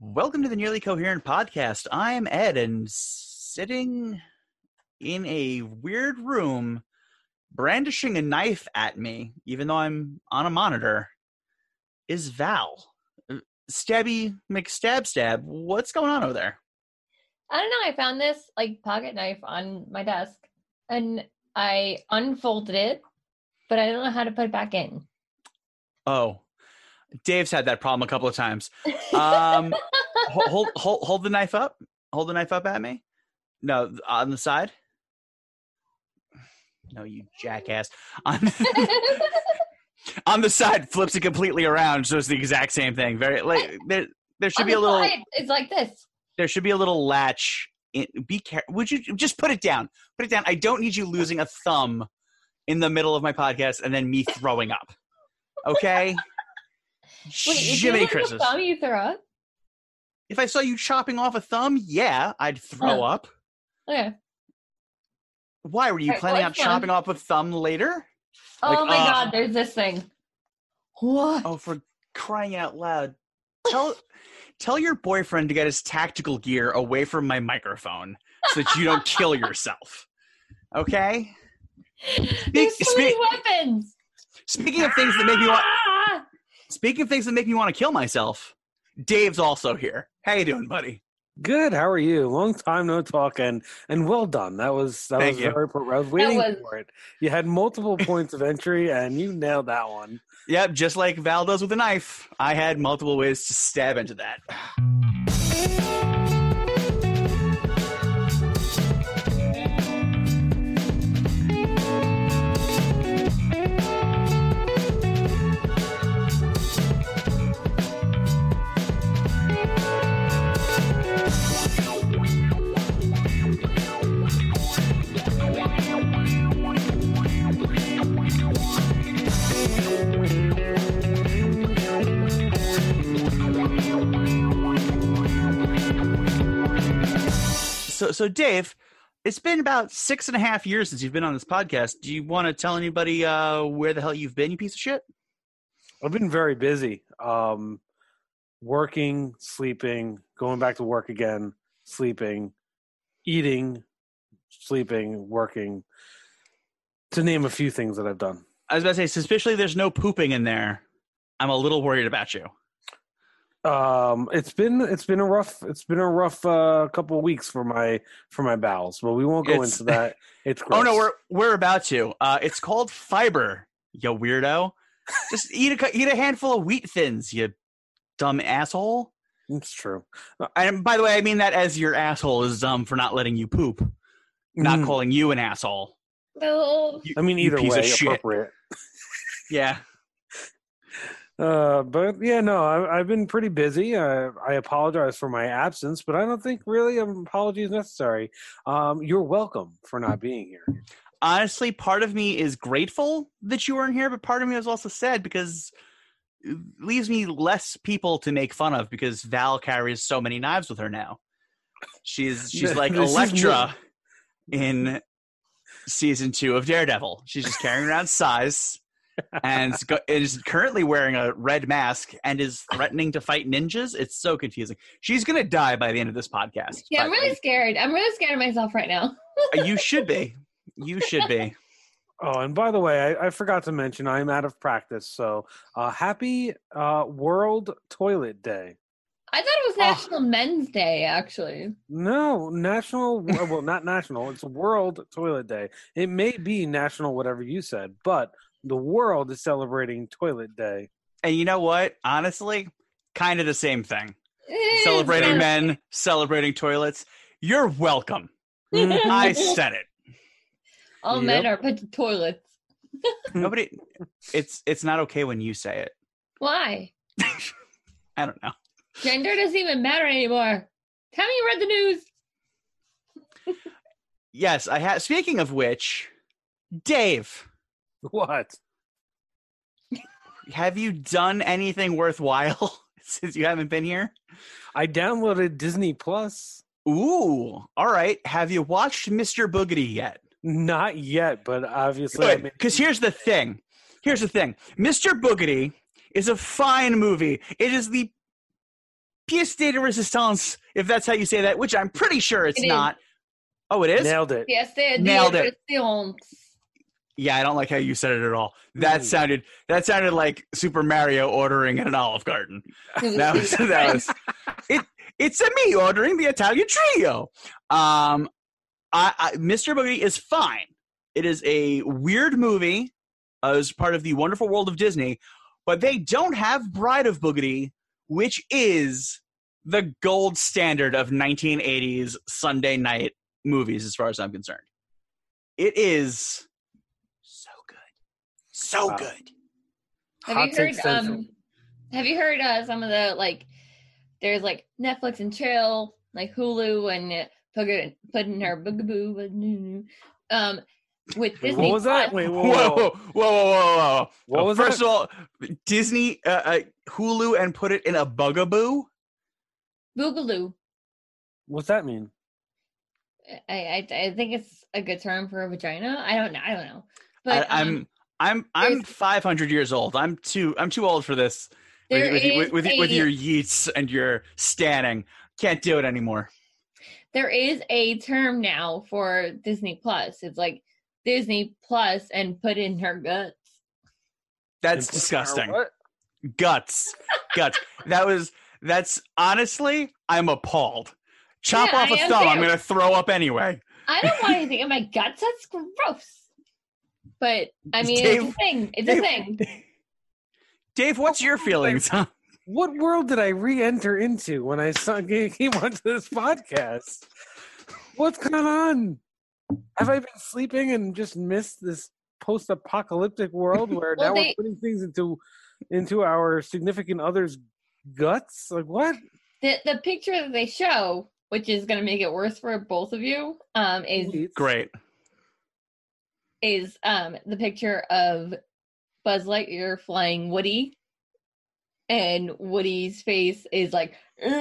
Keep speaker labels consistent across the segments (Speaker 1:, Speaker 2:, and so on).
Speaker 1: Welcome to the Nearly Coherent Podcast. I'm Ed, and sitting in a weird room, brandishing a knife at me, even though I'm on a monitor, is Val. Uh, Stabby McStab Stab, what's going on over there?
Speaker 2: I don't know. I found this like pocket knife on my desk and I unfolded it, but I don't know how to put it back in.
Speaker 1: Oh, Dave's had that problem a couple of times. Um, ho- hold, hold, hold the knife up. Hold the knife up at me. No, on the side. No, you jackass. On, on the side, flips it completely around, so it's the exact same thing. Very like there. There should
Speaker 2: On
Speaker 1: be
Speaker 2: the
Speaker 1: a little.
Speaker 2: side, It's like this.
Speaker 1: There should be a little latch. In, be careful. Would you just put it down? Put it down. I don't need you losing a thumb in the middle of my podcast and then me throwing up. Okay.
Speaker 2: Wait,
Speaker 1: Jiminy
Speaker 2: if you look at
Speaker 1: Christmas.
Speaker 2: the thumb you throw up?
Speaker 1: If I saw you chopping off a thumb, yeah, I'd throw
Speaker 2: Huh.
Speaker 1: up.
Speaker 2: Okay.
Speaker 1: Why were you
Speaker 2: Alright,
Speaker 1: planning on
Speaker 2: what's one?
Speaker 1: chopping off a thumb later?
Speaker 2: oh
Speaker 1: Like,
Speaker 2: my
Speaker 1: uh,
Speaker 2: god, there's this thing. What?
Speaker 1: Oh, for crying out loud! Tell tell your boyfriend to get his tactical gear away from my microphone so that you don't kill yourself. Okay. Speak,
Speaker 2: there's so many
Speaker 1: speak-
Speaker 2: weapons.
Speaker 1: speaking of things that make me want
Speaker 2: Ah!
Speaker 1: speaking of things that make me want to kill myself, Dave's also here. How you doing, buddy?
Speaker 3: Good. How are you? Long time no talk, and and well done. That was that
Speaker 1: Thank
Speaker 3: was
Speaker 1: you.
Speaker 3: very. pro- I was waiting
Speaker 2: was-
Speaker 3: for it. You had multiple points of entry, and you nailed that one.
Speaker 1: Yep, just like Val does with a knife, I had multiple ways to stab into that. So, so Dave, it's been about six and a half years since you've been on this podcast. Do you want to tell anybody uh, where the hell you've been, you piece of shit?
Speaker 3: I've been very busy. Um, working, sleeping, going back to work again, sleeping, eating, sleeping, working. To name a few things that I've done.
Speaker 1: I was about to say, suspiciously, there's no pooping in there. I'm a little worried about you.
Speaker 3: Um, it's been it's been a rough it's been a rough uh, couple of weeks for my for my bowels, but we won't go
Speaker 1: It's-
Speaker 3: into that. It's
Speaker 1: Oh no,
Speaker 3: gross.
Speaker 1: we're we're about to. Uh, it's called fiber, you weirdo. Just eat a cu- eat a handful of wheat thins, you dumb asshole.
Speaker 3: it's true.
Speaker 1: And by the way, I mean that as your asshole is dumb for not letting you poop, not
Speaker 3: Mm.
Speaker 1: calling you an asshole.
Speaker 2: Oh,
Speaker 1: You-
Speaker 3: I mean,
Speaker 1: you
Speaker 3: either
Speaker 1: piece
Speaker 3: way,
Speaker 1: of shit.
Speaker 3: appropriate.
Speaker 1: Yeah.
Speaker 3: Uh, but yeah, no, I, I've been pretty busy. Uh, I apologize for my absence, but I don't think really an apology is necessary. Um, you're welcome for not being here.
Speaker 1: honestly, part of me is grateful that you weren't here, but part of me is also sad because it leaves me less people to make fun of because Val carries so many knives with her now. She's she's like
Speaker 3: This is
Speaker 1: Electra in season two of Daredevil. She's just carrying around size and is go- is currently wearing a red mask and is threatening to fight ninjas. It's so confusing. She's gonna die by the end of this podcast.
Speaker 2: yeah, I'm
Speaker 1: by the
Speaker 2: really scared. I'm really scared of myself right now.
Speaker 1: way. you should be. You should be.
Speaker 3: Oh, and by the way, I, I forgot to mention I'm out of practice. So uh, happy uh, World Toilet Day.
Speaker 2: I thought it was
Speaker 1: Ah.
Speaker 2: National Men's Day, actually.
Speaker 3: No, national. uh, Well, not national. It's World Toilet Day. It may be national, whatever you said, but the world is celebrating Toilet Day.
Speaker 1: And you know what? Honestly, kind of the same thing.
Speaker 2: It is
Speaker 1: Celebrating
Speaker 2: kind of-
Speaker 1: men, celebrating toilets. You're welcome. I said it.
Speaker 2: All men are a bunch of toilets.
Speaker 1: Nobody it's it's not okay when you say it.
Speaker 2: Why?
Speaker 1: I don't know.
Speaker 2: Gender doesn't even matter anymore. Tell me you read the news.
Speaker 1: Yes, I have speaking of which, Dave,
Speaker 3: What?
Speaker 1: have you done anything worthwhile since you haven't been here?
Speaker 3: I downloaded Disney Plus.
Speaker 1: Ooh. All right. Have you watched Mr. Boogity yet?
Speaker 3: Not yet, but obviously, I
Speaker 1: Good,
Speaker 3: mean,
Speaker 1: because here's the thing. Here's the thing. Mr. Boogity is a fine movie. It is the pièce de resistance, if that's how you say that, which I'm pretty sure it's
Speaker 2: It is.
Speaker 1: not. Oh, it is?
Speaker 3: Nailed it.
Speaker 2: Yes, they
Speaker 1: Nailed
Speaker 2: the
Speaker 1: it. Yeah, I don't like how you said it at all. That
Speaker 3: Mm.
Speaker 1: sounded that sounded like Super Mario ordering at an Olive Garden. That was that was it. It's a me ordering the Italian trio. Um, I, I Mr. Boogie is fine. It is a weird movie uh, as part of the wonderful world of Disney, but they don't have Bride of Boogity, which is the gold standard of 1980s Sunday night movies, as far as I'm concerned. It is so good, so
Speaker 3: Wow.
Speaker 1: good.
Speaker 2: Have
Speaker 3: Hot
Speaker 2: you heard?
Speaker 3: takes central.
Speaker 2: Um, have you heard uh, some of the like? There's like Netflix and chill, like Hulu and uh, Pugga- putting her boogaboo, Boo- um, with
Speaker 3: Wait,
Speaker 2: Disney.
Speaker 3: what was that?
Speaker 2: Plus.
Speaker 3: Wait, whoa,
Speaker 1: Whoa, whoa, whoa, whoa, whoa! whoa.
Speaker 3: What was
Speaker 1: Uh, First
Speaker 3: that?
Speaker 1: of all, Disney, uh, uh, Hulu, and put it in a bugaboo.
Speaker 2: Boogaloo.
Speaker 3: What's that mean?
Speaker 2: I, I I think it's a good term for a vagina. I don't know. I don't know. But
Speaker 1: I,
Speaker 2: um,
Speaker 1: I'm, I'm, I'm
Speaker 2: there's-
Speaker 1: 500 years old. I'm too, I'm too old for this. With-
Speaker 2: there
Speaker 1: with, you- with,
Speaker 2: is
Speaker 1: with,
Speaker 2: a-
Speaker 1: with your yeets and your standing, can't do it anymore.
Speaker 2: there is a term now for Disney Plus. It's like Disney Plus and put in her guts.
Speaker 1: That's
Speaker 3: Impl-
Speaker 1: disgusting.
Speaker 3: What?
Speaker 1: Guts, guts. That was. That's honestly, I'm appalled. Chop
Speaker 2: Yeah,
Speaker 1: off a
Speaker 2: I am
Speaker 1: thumb. I'm
Speaker 2: too.
Speaker 1: gonna throw up anyway.
Speaker 2: I don't want anything in my guts. That's gross. But I mean, it's a
Speaker 1: Dave-
Speaker 2: thing. It's
Speaker 1: Dave-
Speaker 2: a thing.
Speaker 1: Dave, what's
Speaker 2: Oh,
Speaker 1: your feelings? on-
Speaker 3: What world did I re-enter into when I saw, came onto this podcast? What's going on? Have I been sleeping and just missed this post-apocalyptic world where
Speaker 2: Well,
Speaker 3: now
Speaker 2: they-
Speaker 3: we're putting things into into our significant other's guts? Like what?
Speaker 2: The the picture that they show, which is going to make it worse for both of you, um, is
Speaker 3: It's-
Speaker 1: Great.
Speaker 2: is um the picture of Buzz Lightyear flying Woody, and Woody's face is like "Ugh,"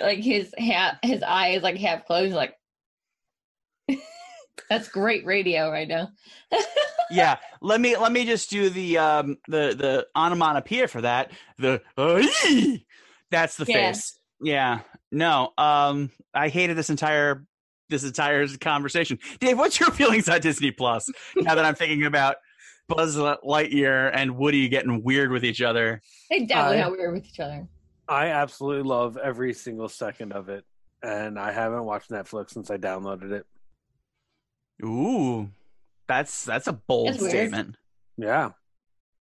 Speaker 2: like his half his eyes like half closed, like. That's great radio right now.
Speaker 1: yeah let me let me just do the um the the onomatopoeia for that the "Aye!" that's the
Speaker 2: Yeah.
Speaker 1: face yeah no um i hated this entire this entire conversation dave what's your feelings on disney plus now that i'm thinking about buzz lightyear and woody getting weird with each other
Speaker 2: They definitely
Speaker 3: I-
Speaker 2: got weird with each other.
Speaker 3: I absolutely love every single second of it, and I haven't watched Netflix since I downloaded it.
Speaker 1: ooh that's that's a bold
Speaker 2: That's weird.
Speaker 1: statement
Speaker 3: Yeah,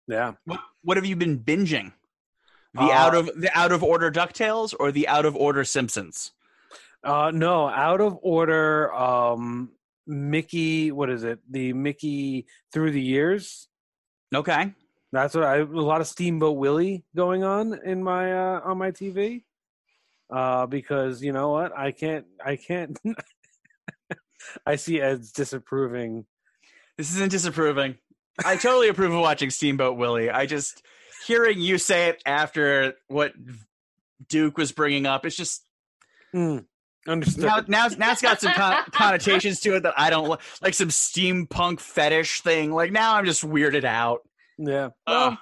Speaker 3: yeah.
Speaker 1: what, what have you been binging the
Speaker 3: Uh,
Speaker 1: out of the out of order ducktales or the out of order simpsons
Speaker 3: Uh, no, out of order. Um, Mickey, what is it? The Mickey through the years.
Speaker 1: okay
Speaker 3: That's what I. A lot of Steamboat Willie going on in my uh, on my TV. Uh, because you know what? I can't. I can't. I see Ed's disapproving.
Speaker 1: This isn't disapproving. I totally approve of watching Steamboat Willie. I just hearing you say it after what Duke was bringing up. It's just
Speaker 3: Mm, understood.
Speaker 1: now now now it's got some con- connotations to it that I don't li- like some steampunk fetish thing. Like now I'm just weirded out.
Speaker 3: yeah.
Speaker 1: Uh,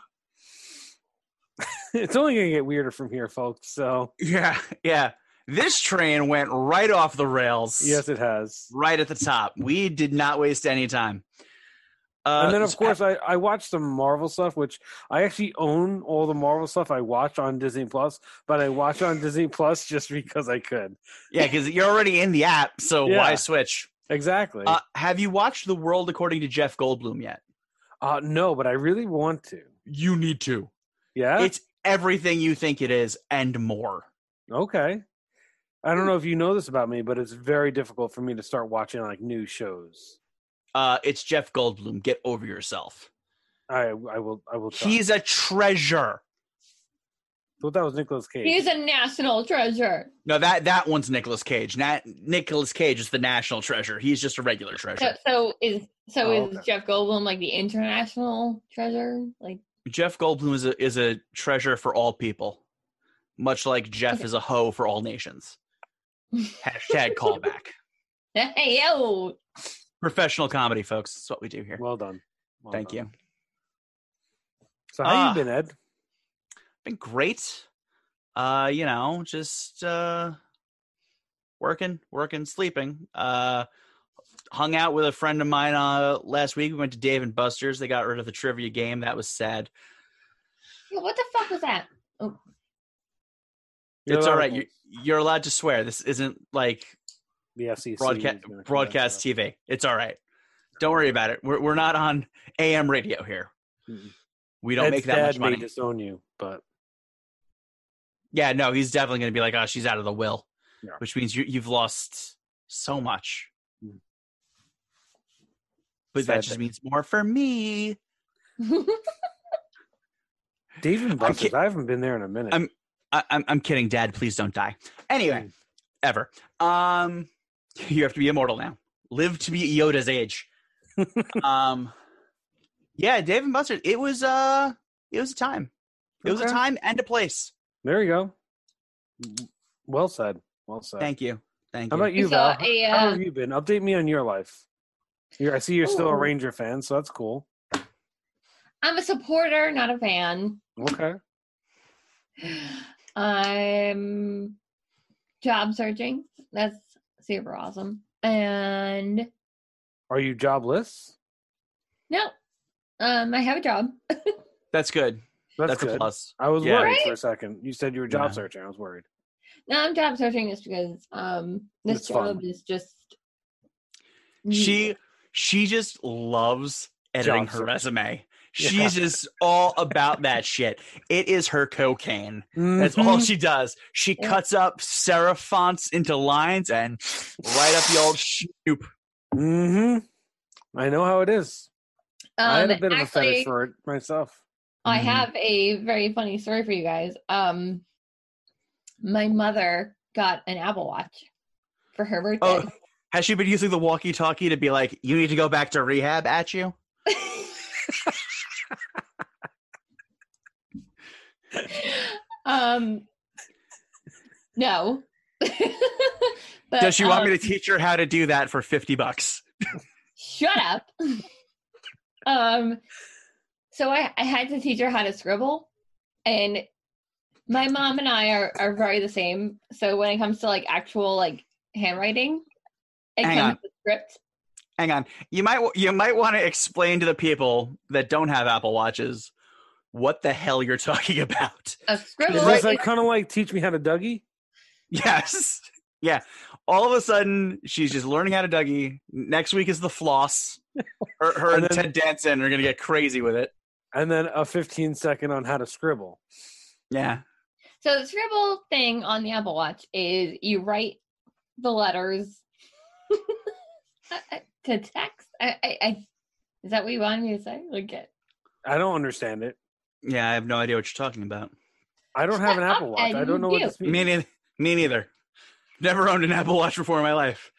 Speaker 3: it's only gonna get weirder from here, folks. So
Speaker 1: yeah, yeah. This train went right off the rails.
Speaker 3: yes, it has.
Speaker 1: right at the top. We did not waste any time. Uh,
Speaker 3: and then of
Speaker 1: so-
Speaker 3: course I, I watched some Marvel stuff, which I actually own all the Marvel stuff I watch on Disney Plus, but I watch on Disney Plus just because I could.
Speaker 1: yeah, because you're already in the app, so
Speaker 3: Yeah.
Speaker 1: why switch?
Speaker 3: Exactly.
Speaker 1: Uh,
Speaker 3: Uh,
Speaker 1: have you watched The World According to Jeff Goldblum yet?
Speaker 3: Uh, no, but I really want to.
Speaker 1: You need to.
Speaker 3: Yeah.
Speaker 1: It's everything you think it is and more.
Speaker 3: okay. I
Speaker 1: Mm.
Speaker 3: don't know if you know this about me, but it's very difficult for me to start watching like new shows.
Speaker 1: Uh, it's Jeff Goldblum. Get over yourself.
Speaker 3: I I will I will. Try.
Speaker 1: He's a treasure.
Speaker 3: Well, that was Nicolas Cage.
Speaker 2: He's a national treasure.
Speaker 1: No, that that one's Nicolas Cage. Nat, Nicolas Cage is the national treasure. He's just a regular treasure.
Speaker 2: So, so is so
Speaker 3: Oh,
Speaker 2: is
Speaker 3: okay.
Speaker 2: Jeff Goldblum like the international treasure? Like
Speaker 1: Jeff Goldblum is a is a treasure for all people, much like Jeff
Speaker 2: Okay.
Speaker 1: is a hoe for all nations. Hashtag callback.
Speaker 2: hey yo,
Speaker 1: Professional comedy, folks. That's what we do here.
Speaker 3: well done. Well
Speaker 1: Thank
Speaker 3: done.
Speaker 1: you.
Speaker 3: So how
Speaker 1: Ah.
Speaker 3: you been, Ed?
Speaker 1: been great. uh you know just uh working working sleeping uh hung out with a friend of mine uh last week we went to dave and buster's they got rid of the trivia game that was sad
Speaker 2: Yeah, what the fuck was that?
Speaker 1: it's all right you, you're allowed to swear this isn't like
Speaker 3: the FCC
Speaker 1: broadcast
Speaker 3: is gonna come back
Speaker 1: broadcast
Speaker 3: to
Speaker 1: tv it's all right don't worry about it we're, we're not on am radio here
Speaker 3: us. Mm-mm.
Speaker 1: we don't
Speaker 3: Ed's
Speaker 1: make that
Speaker 3: dad
Speaker 1: much money
Speaker 3: May disown you, but
Speaker 1: Yeah, no, he's definitely going to be like, oh, she's out of the will,
Speaker 3: Yeah.
Speaker 1: which means you, you've lost so much.
Speaker 3: Mm.
Speaker 1: But
Speaker 3: Sad
Speaker 1: that just
Speaker 3: day.
Speaker 1: means more for me.
Speaker 3: Dave and
Speaker 1: I'm
Speaker 3: Buster's.
Speaker 1: kid-
Speaker 3: I haven't been there in a minute.
Speaker 1: I'm- I, I'm, I'm kidding, Dad. Please don't die.
Speaker 3: Hmm.
Speaker 1: Anyway, ever. Um, you have to be immortal now. Live to be Yoda's age. um, yeah, Dave and Buster's. It was uh, it was a time. It was a
Speaker 3: Okay.
Speaker 1: time and a place.
Speaker 3: There you go. Well said. Well said.
Speaker 1: Thank you. Thank
Speaker 3: How
Speaker 1: you.
Speaker 3: about
Speaker 2: We
Speaker 3: you,
Speaker 2: saw
Speaker 3: Val?
Speaker 2: a,
Speaker 3: How
Speaker 2: uh,
Speaker 3: have you been? Update me on your life. You're, I see you're still
Speaker 2: Ooh.
Speaker 3: a Ranger fan, so that's cool.
Speaker 2: I'm a supporter, not a fan.
Speaker 3: Okay.
Speaker 2: I'm Um, job searching. That's super awesome. And
Speaker 3: Are you jobless?
Speaker 2: no, um, I have a job.
Speaker 1: That's good.
Speaker 3: That's,
Speaker 1: That's, a
Speaker 3: good.
Speaker 1: plus.
Speaker 3: I was
Speaker 1: Yeah.
Speaker 3: worried for a second. You said you were job
Speaker 1: Yeah.
Speaker 3: searching. I was worried.
Speaker 2: No, I'm Um, job searching this because um, this
Speaker 3: It's fun.
Speaker 2: job is just
Speaker 1: she she just loves editing
Speaker 3: Job
Speaker 1: her
Speaker 3: search.
Speaker 1: resume
Speaker 3: Yeah.
Speaker 1: she's just all about that shit it is her cocaine that's
Speaker 3: Mm-hmm.
Speaker 1: all she does she
Speaker 2: Mm-hmm. Yeah.
Speaker 1: cuts up serif fonts into lines and right up the old snoop
Speaker 3: hmm I know how it is. I had a
Speaker 2: Um,
Speaker 3: bit of a
Speaker 2: actually-
Speaker 3: fetish for mm-hmm. it myself.
Speaker 2: I
Speaker 1: Mhm.
Speaker 2: have a very funny story for you guys. Um, my mother got an Apple Watch for her birthday.
Speaker 1: oh has she been using the walkie talkie to be like you need to go back to rehab at you
Speaker 2: um, no. but,
Speaker 1: does she want me
Speaker 2: um,
Speaker 1: to teach her how to do that for 50 bucks
Speaker 2: Shut up. um, so I, I had to teach her how to scribble, and my mom and I are, are very the same. So when it comes to like actual like handwriting, it
Speaker 1: Hang
Speaker 2: comes
Speaker 1: on.
Speaker 2: with script.
Speaker 1: hang on you might wa- you might want to explain to the people that don't have apple watches what the hell you're talking about
Speaker 2: A
Speaker 3: Is
Speaker 2: scribble.
Speaker 3: this
Speaker 2: is-
Speaker 3: like kind of like teach me how to Dougie?
Speaker 1: Yes. Yeah. All of a sudden, she's just learning how to Dougie. Next week is the floss. Her, her and,
Speaker 3: And then-
Speaker 1: Ted Danson are going to get crazy with it.
Speaker 3: And then a 15 second on how to scribble.
Speaker 1: Yeah.
Speaker 2: so the scribble thing on the Apple Watch is you write the letters to text. I, I, I is that what you wanted me to say? Like it.
Speaker 3: I don't understand it.
Speaker 1: Yeah. I have no idea what you're talking about.
Speaker 3: I don't have an
Speaker 2: Shut up,
Speaker 3: Apple Watch. I
Speaker 2: Ed,
Speaker 3: don't know what
Speaker 2: you.
Speaker 3: this means.
Speaker 1: Me, neith- me neither. Never owned an Apple Watch before in my life.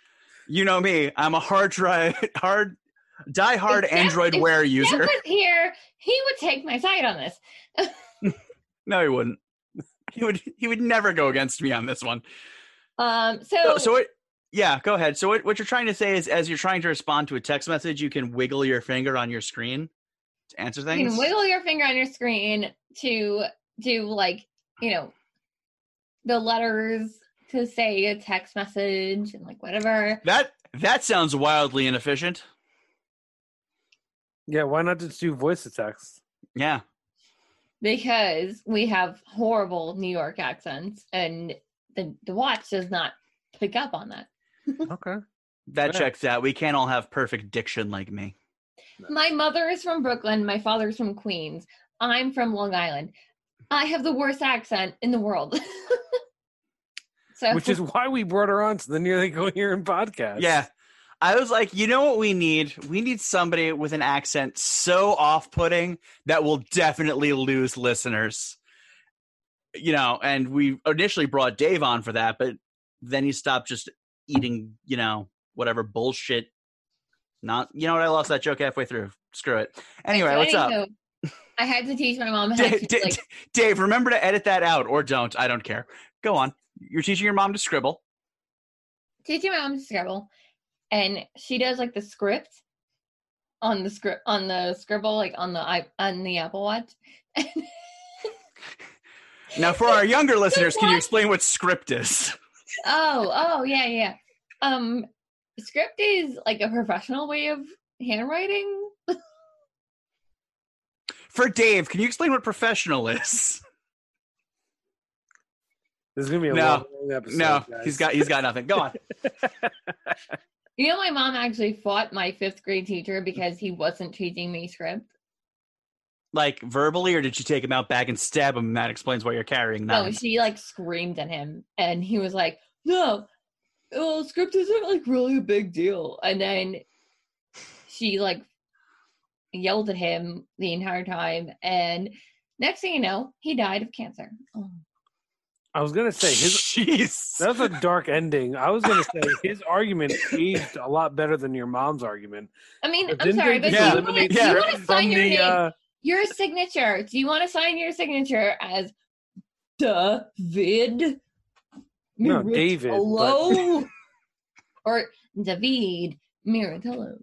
Speaker 1: You know me. I'm a hard drive, hard, die-hard
Speaker 2: If Jeff-
Speaker 1: Android
Speaker 2: if
Speaker 1: Wear
Speaker 2: If Jeff
Speaker 1: user.
Speaker 2: was here, he would take my side on this.
Speaker 1: No, he wouldn't. He would. He would never go against me on this one.
Speaker 2: Um, so,
Speaker 1: So, so what? Yeah, go ahead. So, what, what you're trying to say is, as you're trying to respond to a text message, you can wiggle your finger on your screen to answer
Speaker 2: you
Speaker 1: things.
Speaker 2: can wiggle your finger on your screen to do like you know the letters to say a text message and like whatever.
Speaker 1: that that sounds wildly inefficient.
Speaker 3: Yeah, why not just do voice to text?
Speaker 1: Yeah,
Speaker 2: because we have horrible New York accents, and the, the watch does not pick up on that.
Speaker 3: Okay.
Speaker 1: that
Speaker 3: Yeah.
Speaker 1: checks out. We can't all have perfect diction like me.
Speaker 2: My mother is from Brooklyn, my father is from Queens, I'm from Long Island. I have the worst accent in the world. so
Speaker 3: Which is why we brought her on to the Nearly Coherent podcast.
Speaker 1: Yeah, I was like, you know what we need? We need somebody with an accent so off-putting that will definitely lose listeners. You know, and we initially brought Dave on for that, but then he stopped just eating, you know, whatever bullshit. Not, you know what? I lost that joke halfway through. Screw it. Anyway,
Speaker 2: so
Speaker 1: what's up?
Speaker 2: anywho, I had to teach my mom how to
Speaker 1: Dave, Dave,
Speaker 2: like
Speaker 1: Dave, remember to edit that out or don't. I don't care. Go on. You're teaching your mom to scribble.
Speaker 2: teaching my mom to scribble, and she does like the script on the script on the scribble like on the i on the Apple Watch.
Speaker 1: Now, for our younger listeners, can you
Speaker 2: what?
Speaker 1: explain what script is?
Speaker 2: Oh, oh, yeah, yeah. Um, script is like a professional way of handwriting.
Speaker 1: For Dave, can you explain what professional is?
Speaker 3: This is gonna be a
Speaker 1: No.
Speaker 3: long, long episode.
Speaker 1: No,
Speaker 3: guys.
Speaker 1: he's got he's got nothing. Go on.
Speaker 2: You know, my mom actually fought my fifth grade teacher because he wasn't teaching me script.
Speaker 1: Like verbally, or did you take him out back and stab him? That explains why you're carrying
Speaker 2: No,
Speaker 1: knives.
Speaker 2: she like screamed at him, and he was like, "No, well, script isn't like really a big deal." And then she like yelled at him the entire time, and next thing you know, he died of cancer. Oh.
Speaker 3: I was gonna say his
Speaker 1: Jeez.
Speaker 3: That was a dark ending. I was gonna say his argument aged a lot better than your mom's argument.
Speaker 2: I mean,
Speaker 3: But
Speaker 2: I'm
Speaker 3: didn't
Speaker 2: sorry,
Speaker 3: they
Speaker 2: but
Speaker 1: just
Speaker 2: do you want
Speaker 1: eliminate
Speaker 2: to
Speaker 1: script
Speaker 2: sign
Speaker 3: From
Speaker 2: your
Speaker 3: the,
Speaker 2: name?
Speaker 3: uh,
Speaker 2: your signature. Do you want to sign your signature as David?
Speaker 3: No, David, but-
Speaker 2: Hello? or David Miratello.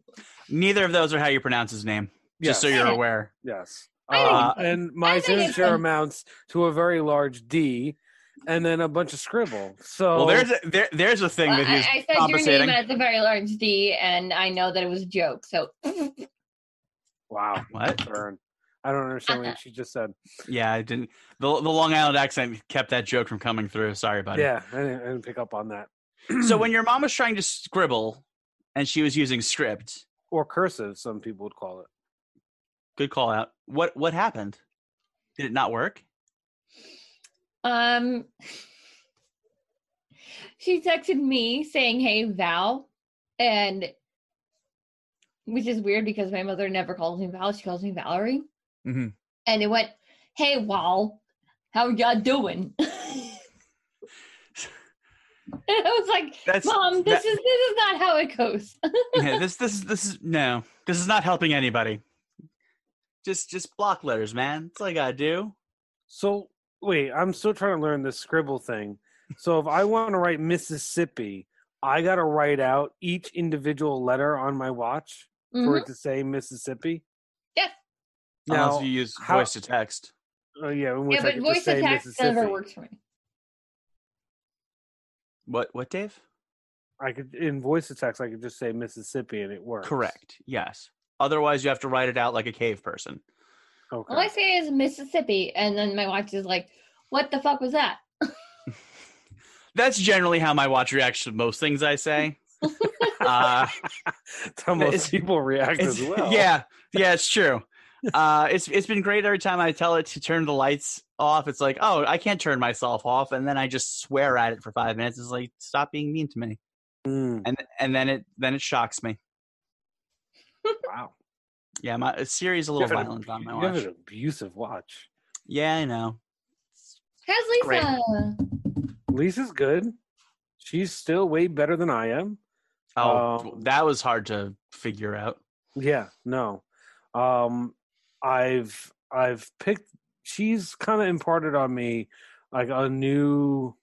Speaker 1: Neither of those are how you pronounce his name.
Speaker 3: yes,
Speaker 1: Just so you're
Speaker 2: Yeah.
Speaker 1: aware.
Speaker 3: yes.
Speaker 2: I
Speaker 3: Uh,
Speaker 2: think-
Speaker 3: and my
Speaker 2: I think it's
Speaker 3: signature
Speaker 2: a-
Speaker 3: amounts to a very large D, and then a bunch of scribble. So
Speaker 1: Well, there's a, there, there's a thing
Speaker 2: Well,
Speaker 1: that he's
Speaker 2: I, I said your
Speaker 1: compensating.
Speaker 2: name as a very large D, and I know that it was a joke. So,
Speaker 3: wow.
Speaker 1: What?
Speaker 3: Burn. I don't understand
Speaker 2: Uh,
Speaker 3: what she just said.
Speaker 1: Yeah, I didn't. The, the Long Island accent kept that joke from coming through. Sorry about it.
Speaker 3: Yeah, I didn't, I didn't pick up on that.
Speaker 1: So when your mom was trying to scribble, and she was using script,
Speaker 3: or cursive, some people would call it.
Speaker 1: good call out. What what happened? Did it not work?
Speaker 2: um, she texted me saying, "Hey Val," and which is weird because my mother never calls me Val; she calls me Valerie.
Speaker 1: Mm-hmm.
Speaker 2: and it went, "Hey, Wall, how y'all doing?" and I was like,
Speaker 1: That's
Speaker 2: "Mom, this
Speaker 1: that-
Speaker 2: is this is not how it goes."
Speaker 1: yeah, this this this is no. This is not helping anybody. Just just block letters, man. That's all I gotta do.
Speaker 3: So wait, I'm still trying to learn this scribble thing. So if I want to write Mississippi, I gotta write out each individual letter on my watch for
Speaker 2: Mhm.
Speaker 3: it to say Mississippi.
Speaker 2: Yes.
Speaker 3: Now,
Speaker 1: Unless you use
Speaker 3: how-
Speaker 1: voice to text.
Speaker 3: oh yeah, in which
Speaker 2: Yeah,
Speaker 3: I
Speaker 2: but
Speaker 3: could
Speaker 2: voice
Speaker 3: just say
Speaker 2: attack never
Speaker 3: Mississippi.
Speaker 2: works for me.
Speaker 1: What what, Dave?
Speaker 3: I could in voice to text, I could just say Mississippi, and it works.
Speaker 1: Correct. Yes. Otherwise, you have to write it out like a cave person.
Speaker 3: Okay.
Speaker 2: All I say is Mississippi, and then my watch is like, "What the fuck was that?"
Speaker 1: That's generally how my watch reacts to most things I say. uh,
Speaker 3: That's how most
Speaker 1: It's-
Speaker 3: people react
Speaker 1: it's-
Speaker 3: as well.
Speaker 1: Yeah, yeah, it's true. Uh, it's it's been great every time I tell it to turn the lights off. It's like, oh, I can't turn myself off, and then I just swear at it for five minutes. It's like, stop being mean to me,
Speaker 3: Mm,
Speaker 1: and and then it then it shocks me.
Speaker 3: wow.
Speaker 1: Yeah, my Siri's a little
Speaker 3: You have an
Speaker 1: violent on my
Speaker 3: You have
Speaker 1: watch.
Speaker 3: an abusive watch.
Speaker 1: Yeah, I know.
Speaker 2: How's Lisa?
Speaker 3: Lisa's good. She's still way better than I am.
Speaker 1: Oh,
Speaker 3: Um,
Speaker 1: that was hard to figure out.
Speaker 3: Yeah, no. Um I've I've picked she's kind of imparted on me like a new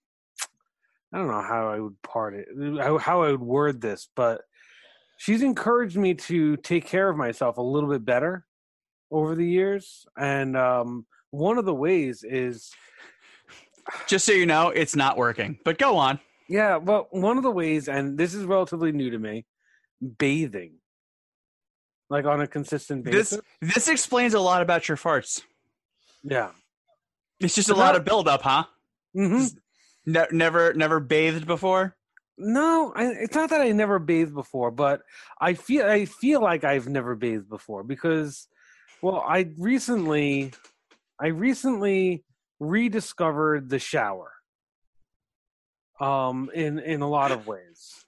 Speaker 3: I don't know how I would part it how, how I would word this, but she's encouraged me to take care of myself a little bit better over the years and um one of the ways is
Speaker 1: Just so you know, it's not working. But go on.
Speaker 3: yeah, well one of the ways and this is relatively new to me, bathing. Like on a consistent basis.
Speaker 1: This this explains a lot about your farts.
Speaker 3: yeah.
Speaker 1: It's just a lot of buildup, huh?
Speaker 3: Mhm.
Speaker 1: Ne- never never bathed before.
Speaker 3: No, I, it's not that I never bathed before, but I feel I feel like I've never bathed before because, well, I recently, I recently rediscovered the shower. Um, in in a lot of ways.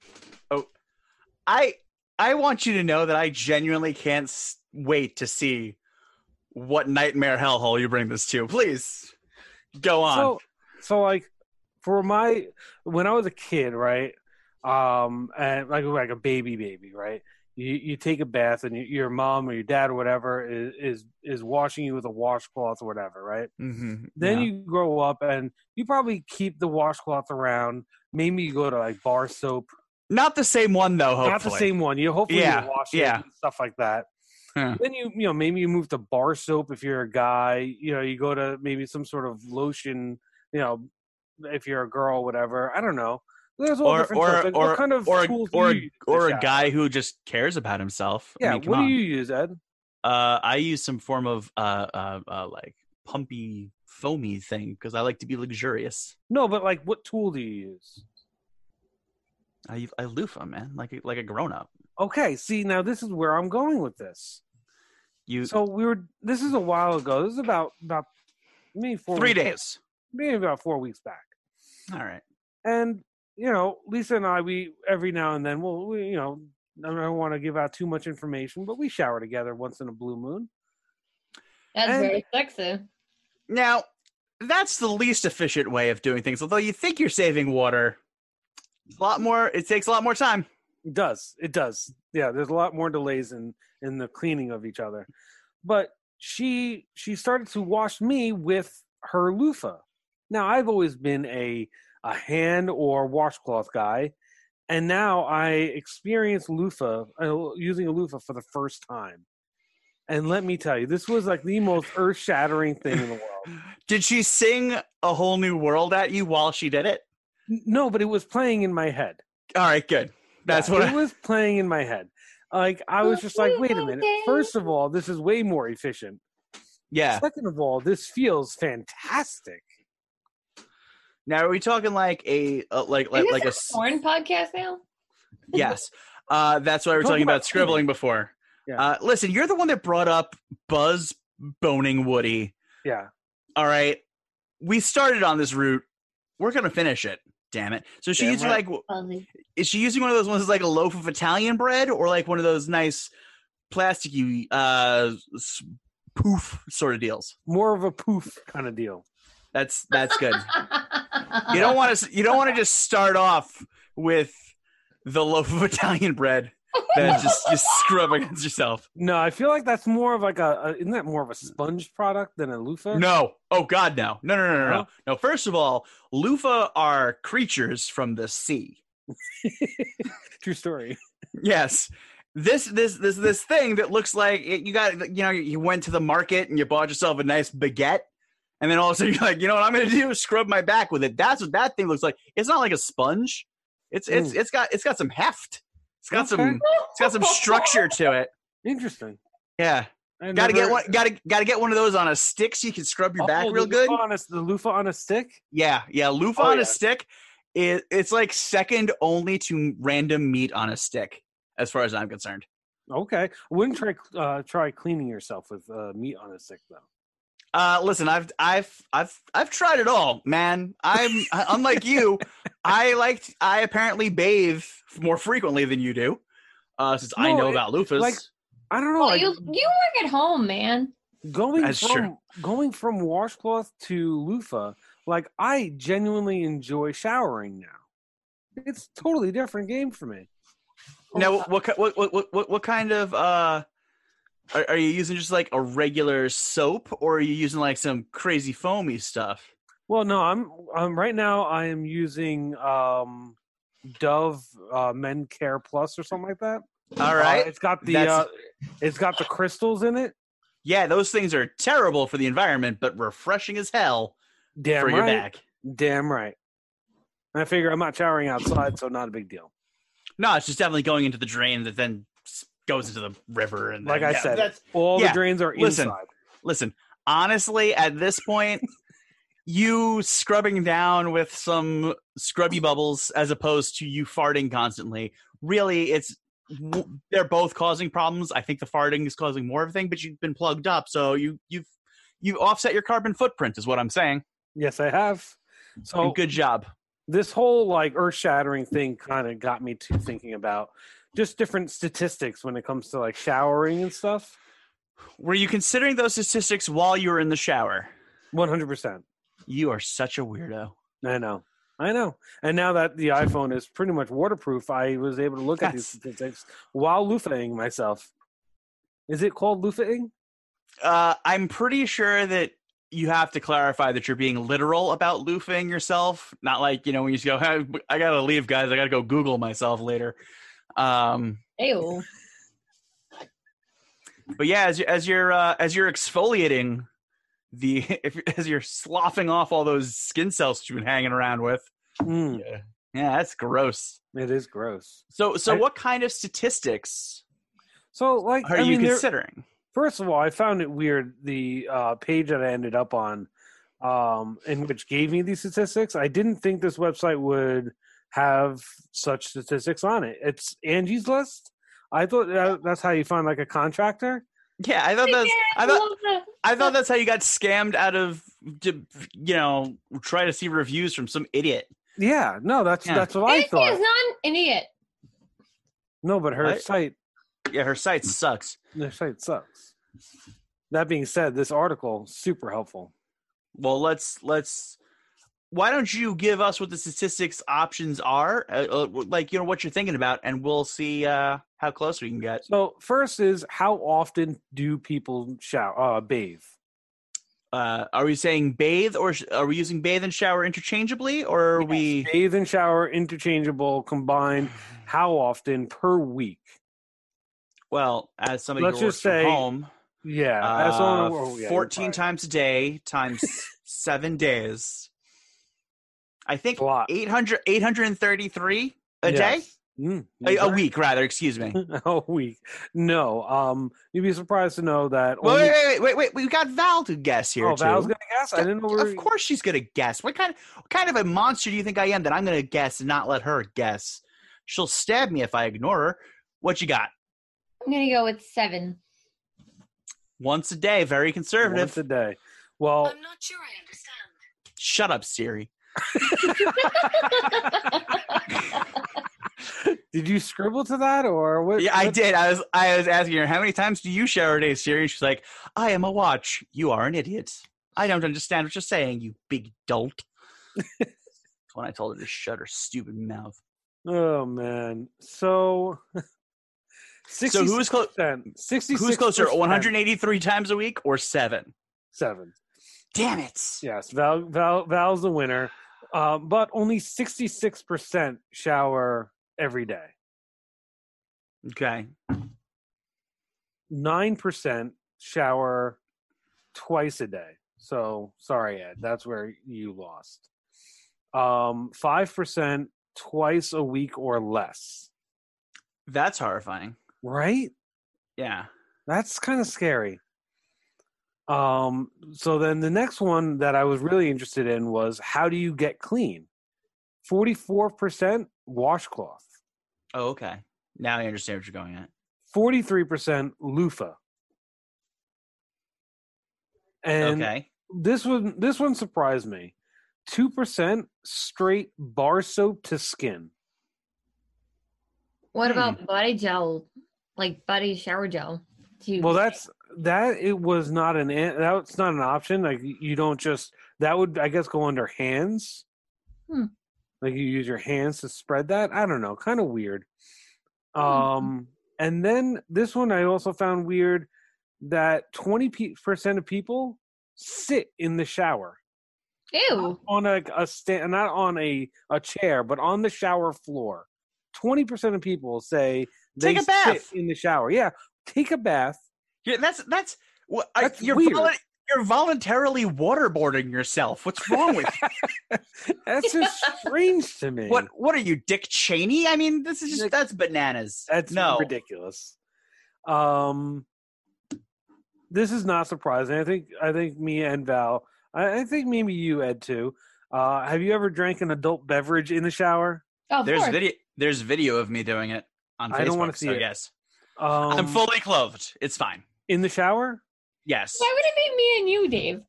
Speaker 1: I I want you to know that I genuinely can't s- wait to see what nightmare hellhole you bring this to. Please go on.
Speaker 3: So, so like for my when I was a kid, right? Um, and like like a baby, baby, right? You you take a bath and you, your mom or your dad or whatever is is is washing you with a washcloth or whatever, right?
Speaker 1: mm-hmm.
Speaker 3: then you grow up and you probably keep the washcloth around maybe you go to like bar soap
Speaker 1: not the same one though. Hopefully,
Speaker 3: not the same one you hopefully
Speaker 1: Yeah,
Speaker 3: you wash
Speaker 1: yeah.
Speaker 3: it and stuff like that
Speaker 1: Huh.
Speaker 3: then you you know maybe you move to bar soap if you're a guy you know you go to maybe some sort of lotion you know, if you're a girl, whatever. I don't know. There's all
Speaker 1: Or-
Speaker 3: different
Speaker 1: or-
Speaker 3: types. Like,
Speaker 1: or-
Speaker 3: what kind of
Speaker 1: or
Speaker 3: tools do
Speaker 1: or
Speaker 3: you use to
Speaker 1: or a
Speaker 3: shower?
Speaker 1: guy who just cares about himself. I
Speaker 3: Yeah,
Speaker 1: mean, come
Speaker 3: what
Speaker 1: on.
Speaker 3: do you use, Ed?
Speaker 1: Uh, I use some form of uh, uh, uh like pumpy foamy thing because I like to be luxurious.
Speaker 3: No, but like, what tool do you use?
Speaker 1: I I loofah man, like a, like a grown up.
Speaker 3: Okay, see, now this is where I'm going with this.
Speaker 1: You
Speaker 3: So we were. This is a while ago. This is about about maybe four
Speaker 1: three
Speaker 3: weeks-
Speaker 1: days.
Speaker 3: maybe about four weeks back.
Speaker 1: All right.
Speaker 3: and you know lisa and i we every now and then we'll we, you know i don't want to give out too much information but we shower together once in a blue moon
Speaker 2: That's
Speaker 3: And-
Speaker 2: very sexy.
Speaker 1: Now, that's the least efficient way of doing things. Although you think you're saving water, it's a lot more. It takes a lot more time.
Speaker 3: it does it does yeah there's a lot more delays in in the cleaning of each other but she she started to wash me with her loofah now i've always been a a hand or washcloth guy and now i experienced loofah uh, using a loofah for the first time and let me tell you this was like the most earth-shattering thing in the world
Speaker 1: Did she sing a whole new world at you while she did it?
Speaker 3: N- No, but it was playing in my head.
Speaker 1: All right, good. That's
Speaker 3: Yeah,
Speaker 1: what.
Speaker 3: it
Speaker 1: I,
Speaker 3: was playing in my head. Like I was just like, wait a minute. First of all, this is way more efficient.
Speaker 1: yeah.
Speaker 3: Second of all, this feels fantastic.
Speaker 1: Now are we talking like a uh, like like
Speaker 2: Isn't
Speaker 1: like a
Speaker 2: this
Speaker 1: s-
Speaker 2: a porn podcast now?
Speaker 1: yes? Uh, that's why we we're
Speaker 3: Talking
Speaker 1: talking about
Speaker 3: about
Speaker 1: scribbling before.
Speaker 3: Yeah.
Speaker 1: Uh, listen, you're the one that brought up Buzz boning Woody.
Speaker 3: Yeah.
Speaker 1: All right, we started on this route. We're gonna finish it. Damn it! So she
Speaker 3: Damn
Speaker 1: used
Speaker 3: right.
Speaker 1: like
Speaker 2: Fuzzy.
Speaker 1: is she using one of those ones that's like a loaf of Italian bread or like one of those nice plasticky uh s- poof sort of deals?
Speaker 3: More of a poof kind of deal.
Speaker 1: That's that's good. you don't want to you don't want to just start off with the loaf of Italian bread that just you scrub against yourself.
Speaker 3: No, I feel like that's more of like a, a isn't that more of a sponge product than a loofah?
Speaker 1: No. Oh god no. No no no no no.
Speaker 3: No?
Speaker 1: No, first of all, loofah are creatures from the sea.
Speaker 3: True story.
Speaker 1: Yes. This this this this thing that looks like it, you got you know you went to the market and you bought yourself a nice baguette, and then all of a sudden you're like, you know what I'm going to do? is Scrub my back with it. That's what that thing looks like. It's not like a sponge. It's it's it's got it's got some heft. It's got
Speaker 3: Mm. Okay.
Speaker 1: some it's got some structure to it.
Speaker 3: Interesting.
Speaker 1: Yeah,
Speaker 3: I
Speaker 1: got to get
Speaker 3: never-
Speaker 1: one. Got to got to get one of those on a stick so you can scrub your
Speaker 3: Oh,
Speaker 1: back
Speaker 3: the
Speaker 1: real good.
Speaker 3: loofah on a s- the loofah on a stick?
Speaker 1: Yeah, yeah. Loofah
Speaker 3: Oh,
Speaker 1: on
Speaker 3: yeah.
Speaker 1: a stick. It, it's like second only to random meat on a stick, as far as I'm concerned.
Speaker 3: Okay. I wouldn't try uh, try cleaning yourself with uh, meat on a stick though.
Speaker 1: Uh, listen, I've I've I've I've tried it all, man. I'm I- unlike you. I liked. I apparently bathe more frequently than you do, uh, since I
Speaker 3: No,
Speaker 1: know
Speaker 3: it-
Speaker 1: about lufas.
Speaker 3: like, I don't know.
Speaker 2: Well,
Speaker 3: like,
Speaker 2: Oh, you you work at home, man.
Speaker 3: going
Speaker 1: That's
Speaker 3: from
Speaker 1: true.
Speaker 3: going from washcloth to loofah like i genuinely enjoy showering now it's a totally different game for me
Speaker 1: now,
Speaker 3: oh,
Speaker 1: what ki- what what what what, what kind of uh, are, are you using? Just like a regular soap, or are you using like some crazy foamy stuff?
Speaker 3: well no i'm um right now i am using um dove uh men care plus or something like that
Speaker 1: All
Speaker 3: Uh,
Speaker 1: right,
Speaker 3: it's got the
Speaker 1: That's-
Speaker 3: uh, it's got the crystals in it
Speaker 1: yeah, those things are terrible for the environment, but refreshing as hell
Speaker 3: damn
Speaker 1: for
Speaker 3: right
Speaker 1: your back.
Speaker 3: damn right and i figure i'm not showering outside so not a big deal
Speaker 1: No, it's just definitely going into the drain that then s- goes into the river. And
Speaker 3: like
Speaker 1: then-
Speaker 3: i
Speaker 1: yeah,
Speaker 3: said
Speaker 1: that's-
Speaker 3: all
Speaker 1: yeah,
Speaker 3: the drains are
Speaker 1: listen.
Speaker 3: inside
Speaker 1: listen. Honestly, at this point, you scrubbing down with some scrubby bubbles as opposed to you farting constantly. Really, it's w- they're both causing problems. I think the farting is causing more of a thing, but you've been plugged up, so you you've you offset your carbon footprint, is what I'm saying.
Speaker 3: yes i have so
Speaker 1: And good job.
Speaker 3: this whole like earth shattering thing kind of got me to thinking about just different statistics when it comes to like showering and stuff.
Speaker 1: Were you considering those statistics while you were in the shower?
Speaker 3: 100%.
Speaker 1: You are such a weirdo.
Speaker 3: I know. I know. And now that the iPhone is pretty much waterproof, I was able to look at these
Speaker 1: That's-
Speaker 3: statistics while loofahing myself. Is it called loofahing?
Speaker 1: uh, I'm pretty sure that you have to clarify that you're being literal about loofing yourself, not like you know when you just go, hey, "I gotta leave, guys. I gotta go Google myself later." Um,
Speaker 2: Ew.
Speaker 1: but yeah, as, you- as you're uh, as you're exfoliating the if as you're sloughing off all those skin cells that you've been hanging around with.
Speaker 3: Mm,
Speaker 1: Yeah, yeah, that's gross.
Speaker 3: it is gross.
Speaker 1: So, so
Speaker 3: I-
Speaker 1: what kind of statistics
Speaker 3: So, like,
Speaker 1: are
Speaker 3: I
Speaker 1: you
Speaker 3: mean, there-
Speaker 1: considering?
Speaker 3: First of all, I found it weird the uh, page that I ended up on, um, in which gave me these statistics. I didn't think this website would have such statistics on it. It's Angie's List. I thought that, that's how you find like a contractor.
Speaker 1: Yeah, I thought that's I thought
Speaker 2: love that.
Speaker 1: I thought that's how you got scammed out of you know try to see reviews from some idiot.
Speaker 3: Yeah, no, that's
Speaker 1: Yeah.
Speaker 3: that's what I
Speaker 2: Nancy is
Speaker 3: thought.
Speaker 2: not an idiot.
Speaker 3: No, but her
Speaker 1: What?
Speaker 3: site
Speaker 1: Yeah, her site sucks.
Speaker 3: her site sucks. That being said, this article super helpful.
Speaker 1: Well, let's let's. Why don't you give us what the statistics options are, uh, uh, like you know what you're thinking about, and we'll see uh, how close we can get.
Speaker 3: So first is how often do people shower uh, bathe?
Speaker 1: Uh, are we saying bathe, or sh- are we using bathe and shower interchangeably, or are we?
Speaker 3: bathe and shower interchangeable combined how often per week
Speaker 1: Well, as somebody
Speaker 3: Let's
Speaker 1: who works
Speaker 3: just
Speaker 1: from
Speaker 3: say,
Speaker 1: home,
Speaker 3: yeah that's
Speaker 1: uh,
Speaker 3: on a- oh, yeah, you're
Speaker 1: 14
Speaker 3: right.
Speaker 1: times a day times seven days. I think
Speaker 3: It's a lot
Speaker 1: 800, 833 a day,
Speaker 3: Yes. Mm,
Speaker 1: a,
Speaker 3: you're
Speaker 1: a
Speaker 3: right.
Speaker 1: week rather. Excuse me. Wait,
Speaker 3: a week no um you'd be surprised to know that only-
Speaker 1: wait, wait, wait, wait. We got Val to guess here
Speaker 3: oh
Speaker 1: too.
Speaker 3: val's gonna guess i didn't know we
Speaker 1: of
Speaker 3: were,
Speaker 1: course, she's gonna guess. What kind, what kind of a monster do you think I am that I'm gonna guess and not let her guess? She'll stab me if I ignore her. What you got?
Speaker 2: I'm gonna go with seven.
Speaker 1: Once a day, very conservative.
Speaker 3: once a day well
Speaker 1: Oh.
Speaker 4: I'm
Speaker 1: Um,
Speaker 4: not sure I understand.
Speaker 1: Shut up, Siri.
Speaker 3: did you scribble to that or what
Speaker 1: Yeah, I
Speaker 3: what-
Speaker 1: did. I was I was asking her how many times do you shower a day, Siri? She's like, I am a watch. You are an idiot. I don't understand what you're saying, you big dolt. That's when I told her to shut her stupid mouth.
Speaker 3: oh man so 60
Speaker 1: So who's clo- who's closer, 183 times a week or seven?
Speaker 3: seven
Speaker 1: Damn it!
Speaker 3: Yes, Val, Val Val's the winner, um, but only sixty six percent shower every day.
Speaker 1: Okay,
Speaker 3: Nine percent shower twice a day. So sorry, Ed, that's where you lost. Um, Five percent twice a week or less.
Speaker 1: that's horrifying.
Speaker 3: Right?
Speaker 1: Yeah.
Speaker 3: That's kind of scary. Um, so then the next one that I was really interested in was how do you get clean? Forty four percent washcloth.
Speaker 1: Oh, okay. Now I understand what you're going at.
Speaker 3: 43% loofah. And
Speaker 1: okay.
Speaker 3: this one this one surprised me. 2% straight bar soap to skin.
Speaker 2: What
Speaker 1: Hmm.
Speaker 2: about body gel, like body shower gel? Do you
Speaker 3: Well, that's that it was not an an- that's not an option. Like you don't just that would I guess go under hands.
Speaker 2: Hmm.
Speaker 3: Like you use your hands to spread that. I don't know, kind of weird.
Speaker 2: Hmm.
Speaker 3: Um and then this one I also found weird that 20% of people sit in the shower
Speaker 2: ew. Oh,
Speaker 3: on a, a stand not on a a chair but on the shower floor 20% of people say they
Speaker 1: Take a
Speaker 3: sit
Speaker 1: bath.
Speaker 3: in the shower yeah take a bath
Speaker 1: Yeah, that's that's. What, I-
Speaker 3: That's
Speaker 1: you're
Speaker 3: weird.
Speaker 1: volu- you're voluntarily waterboarding yourself. What's wrong with
Speaker 3: that's just strange to me
Speaker 1: What what are you, Dick Cheney? I mean, this is just
Speaker 3: Like,
Speaker 1: that's bananas.
Speaker 3: that's
Speaker 1: no.
Speaker 3: ridiculous um this is not surprising i think i think me and val i, I think maybe you ed too uh have you ever drank an adult beverage in the shower
Speaker 2: Oh, of
Speaker 1: There's
Speaker 2: course.
Speaker 1: video there's video of me doing it on Facebook.
Speaker 3: I don't wanna see
Speaker 1: so
Speaker 3: it.
Speaker 1: yes.
Speaker 3: um
Speaker 1: I'm fully clothed. It's fine.
Speaker 3: in the shower
Speaker 1: Yes.
Speaker 2: Why would it be me and you, Dave?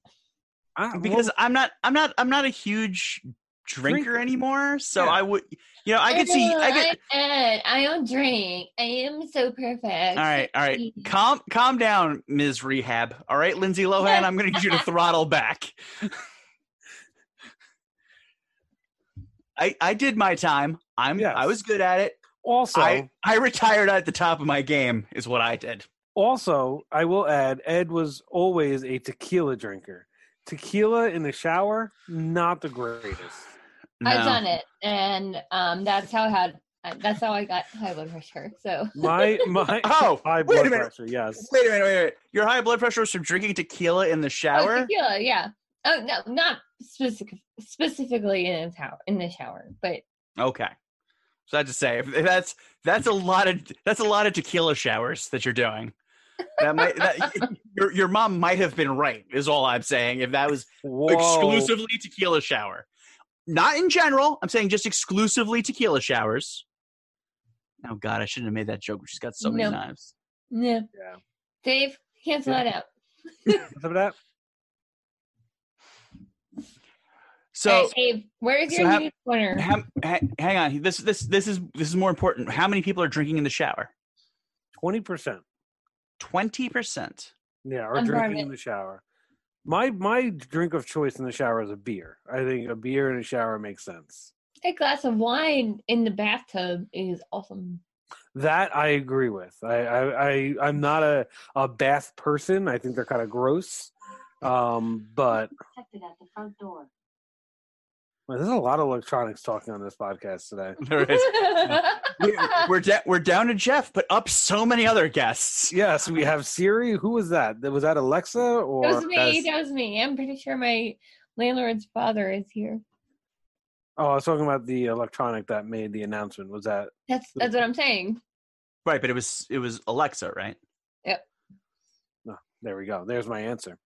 Speaker 3: I,
Speaker 1: Because I'm not I'm not I'm not a huge drinker
Speaker 3: Drinker.
Speaker 1: anymore. So
Speaker 3: Yeah.
Speaker 1: I would you know, I could see I could
Speaker 2: am Ed. I don't drink. I am so perfect.
Speaker 1: all right, all right. Calm calm down, Ms. Rehab. All right, Lindsay Lohan, I'm gonna need you to throttle back. I I did my time. I'm
Speaker 3: Yes.
Speaker 1: I was good at it.
Speaker 3: also
Speaker 1: I, I retired at the top of my game, is what I did.
Speaker 3: Also, I will add, Ed was always a tequila drinker. Tequila in the shower, not the greatest.
Speaker 2: I've done it, and um, that's how I had Uh, That's how I got high blood pressure. So
Speaker 3: My my
Speaker 1: Oh,
Speaker 3: high
Speaker 1: wait a
Speaker 3: blood
Speaker 1: minute.
Speaker 3: pressure. Yes.
Speaker 1: Wait a minute, wait a minute. Your high blood pressure was from drinking tequila in the
Speaker 2: Oh,
Speaker 1: shower?
Speaker 2: tequila, yeah. Oh no, not specific, specifically in the shower, in the shower, but
Speaker 1: Okay. So I have to say, if if that's that's a lot of that's a lot of tequila showers that you're doing. That might that, your your mom might have been right. Is all I'm saying. If that was
Speaker 3: Whoa.
Speaker 1: exclusively tequila shower, not in general. I'm saying just exclusively tequila showers. Oh God, I shouldn't have made that joke. She's got so many
Speaker 2: No.
Speaker 1: knives.
Speaker 2: no.
Speaker 3: Yeah.
Speaker 2: Dave, cancel
Speaker 3: Yeah.
Speaker 2: that out.
Speaker 3: What's up with that?
Speaker 2: All
Speaker 1: So
Speaker 2: right, Dave, where is
Speaker 1: so
Speaker 2: your
Speaker 1: how-
Speaker 2: nude corner?
Speaker 1: ha- ha- hang on. This this this is this is more important. How many people are drinking in the shower?
Speaker 3: Twenty percent.
Speaker 1: Twenty percent.
Speaker 3: Yeah, or
Speaker 2: I'm sorry,
Speaker 3: drinking in
Speaker 2: but-
Speaker 3: the shower. My my drink of choice in the shower is a beer. I think a beer in a shower makes sense.
Speaker 2: A glass of wine in the bathtub is awesome.
Speaker 3: That I agree with. I I, I I'm not a, a bath person. I think they're kind of gross. Um, but
Speaker 4: Protected at the front door.
Speaker 3: well, there's a lot of electronics talking on this podcast today.
Speaker 1: we, we're da- we're down to Jeff, but up so many other guests.
Speaker 3: Yes, we have Siri. Who was that? That- Was that Alexa or
Speaker 2: that was me.
Speaker 3: that's-
Speaker 2: That was me. I'm pretty sure my landlord's father is here.
Speaker 3: Oh, I was talking about the electronic that made the announcement. Was that
Speaker 2: That's that's what I'm saying.
Speaker 1: Right, but it was it was Alexa, right?
Speaker 3: There we go. There's my answer.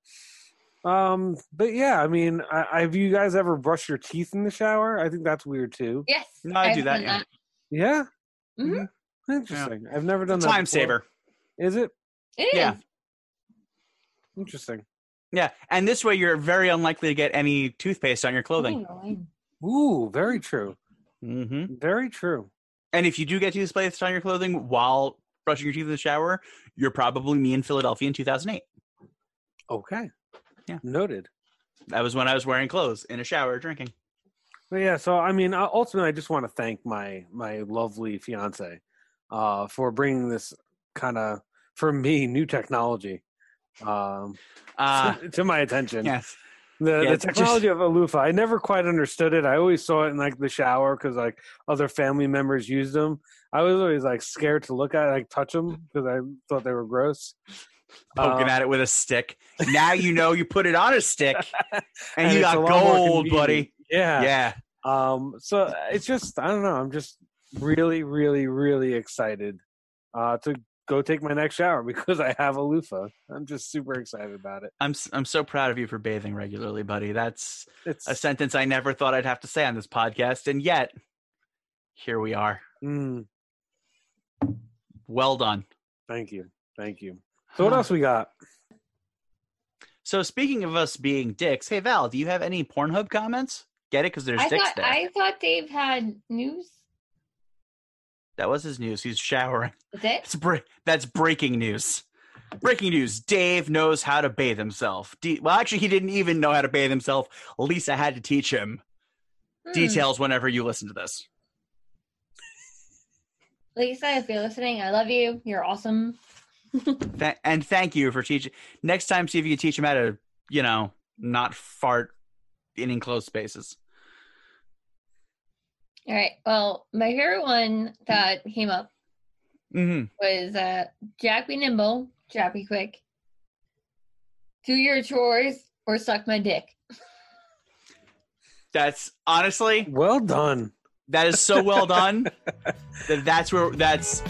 Speaker 3: Um, but yeah, I mean, I, I, have you guys ever brushed your teeth in the shower? I think that's weird too.
Speaker 2: Yes.
Speaker 1: No, I do
Speaker 2: I've
Speaker 1: that,
Speaker 2: done
Speaker 1: yeah. Mm-hmm.
Speaker 3: Yeah.
Speaker 2: Mhm.
Speaker 3: Interesting. I've never done that.
Speaker 1: Time
Speaker 3: before.
Speaker 1: saver.
Speaker 3: Is it
Speaker 2: It
Speaker 1: Yeah.
Speaker 2: is.
Speaker 3: interesting?
Speaker 1: Yeah, and this way you're very unlikely to get any toothpaste on your clothing.
Speaker 2: Oh,
Speaker 3: Ooh, very true.
Speaker 1: Mm-hmm.
Speaker 3: Very true.
Speaker 1: And if you do get toothpaste on your clothing while brushing your teeth in the shower, you're probably me in Philadelphia in 2008.
Speaker 3: Okay.
Speaker 1: Yeah.
Speaker 3: Noted.
Speaker 1: That was when I was wearing clothes in a shower drinking.
Speaker 3: But yeah, so I mean, uh, ultimately, I just want to thank my my lovely fiance uh, for bringing this kind of for me new technology um,
Speaker 1: Uh,
Speaker 3: to, to my attention.
Speaker 1: yes.
Speaker 3: The,
Speaker 1: Yeah,
Speaker 3: the
Speaker 1: it's just-
Speaker 3: technology of a loofah, I never quite understood it. I always saw it in like the shower because like other family members used them. I was always like scared to look at, like touch them because I thought they were gross.
Speaker 1: Poking
Speaker 3: Um,
Speaker 1: at it with a stick. Now you know you put it on a stick and, you
Speaker 3: it's a
Speaker 1: got
Speaker 3: lot more
Speaker 1: gold, buddy.
Speaker 3: convenient. Yeah.
Speaker 1: yeah.
Speaker 3: Um. So it's just I don't know. I'm just really, really, really excited uh, to go take my next shower because I have a loofah. I'm just super excited about it.
Speaker 1: I'm s- I'm so proud of you for bathing regularly, buddy. That's
Speaker 3: It's
Speaker 1: a sentence I never thought I'd have to say on this podcast, and yet here we are.
Speaker 3: mm,
Speaker 1: Well done.
Speaker 3: thank you, thank you. So what else we got?
Speaker 1: So speaking of us being dicks, hey Val, do you have any Pornhub comments? Get it because there's
Speaker 2: I
Speaker 1: dicks
Speaker 2: thought
Speaker 1: there.
Speaker 2: I thought Dave had news.
Speaker 1: That was his news. He's showering.
Speaker 2: Is it?
Speaker 1: That's bre- that's breaking news. Breaking news. Dave knows how to bathe himself. D- well, actually, he didn't even know how to bathe himself. Lisa had to teach him.
Speaker 2: Hmm.
Speaker 1: Details whenever you listen to this.
Speaker 2: Lisa, if you're listening, I love you. You're awesome.
Speaker 1: Th- and thank you for teaching. Next time, see if you can teach him how to, you know, not fart in enclosed spaces.
Speaker 2: All right. Well, my favorite one that came up
Speaker 1: hmm
Speaker 2: was uh, Jack be nimble, Jack be quick. Do your chores or suck my dick.
Speaker 1: That's honestly,
Speaker 3: Well done.
Speaker 1: that is so well done. that that's where that's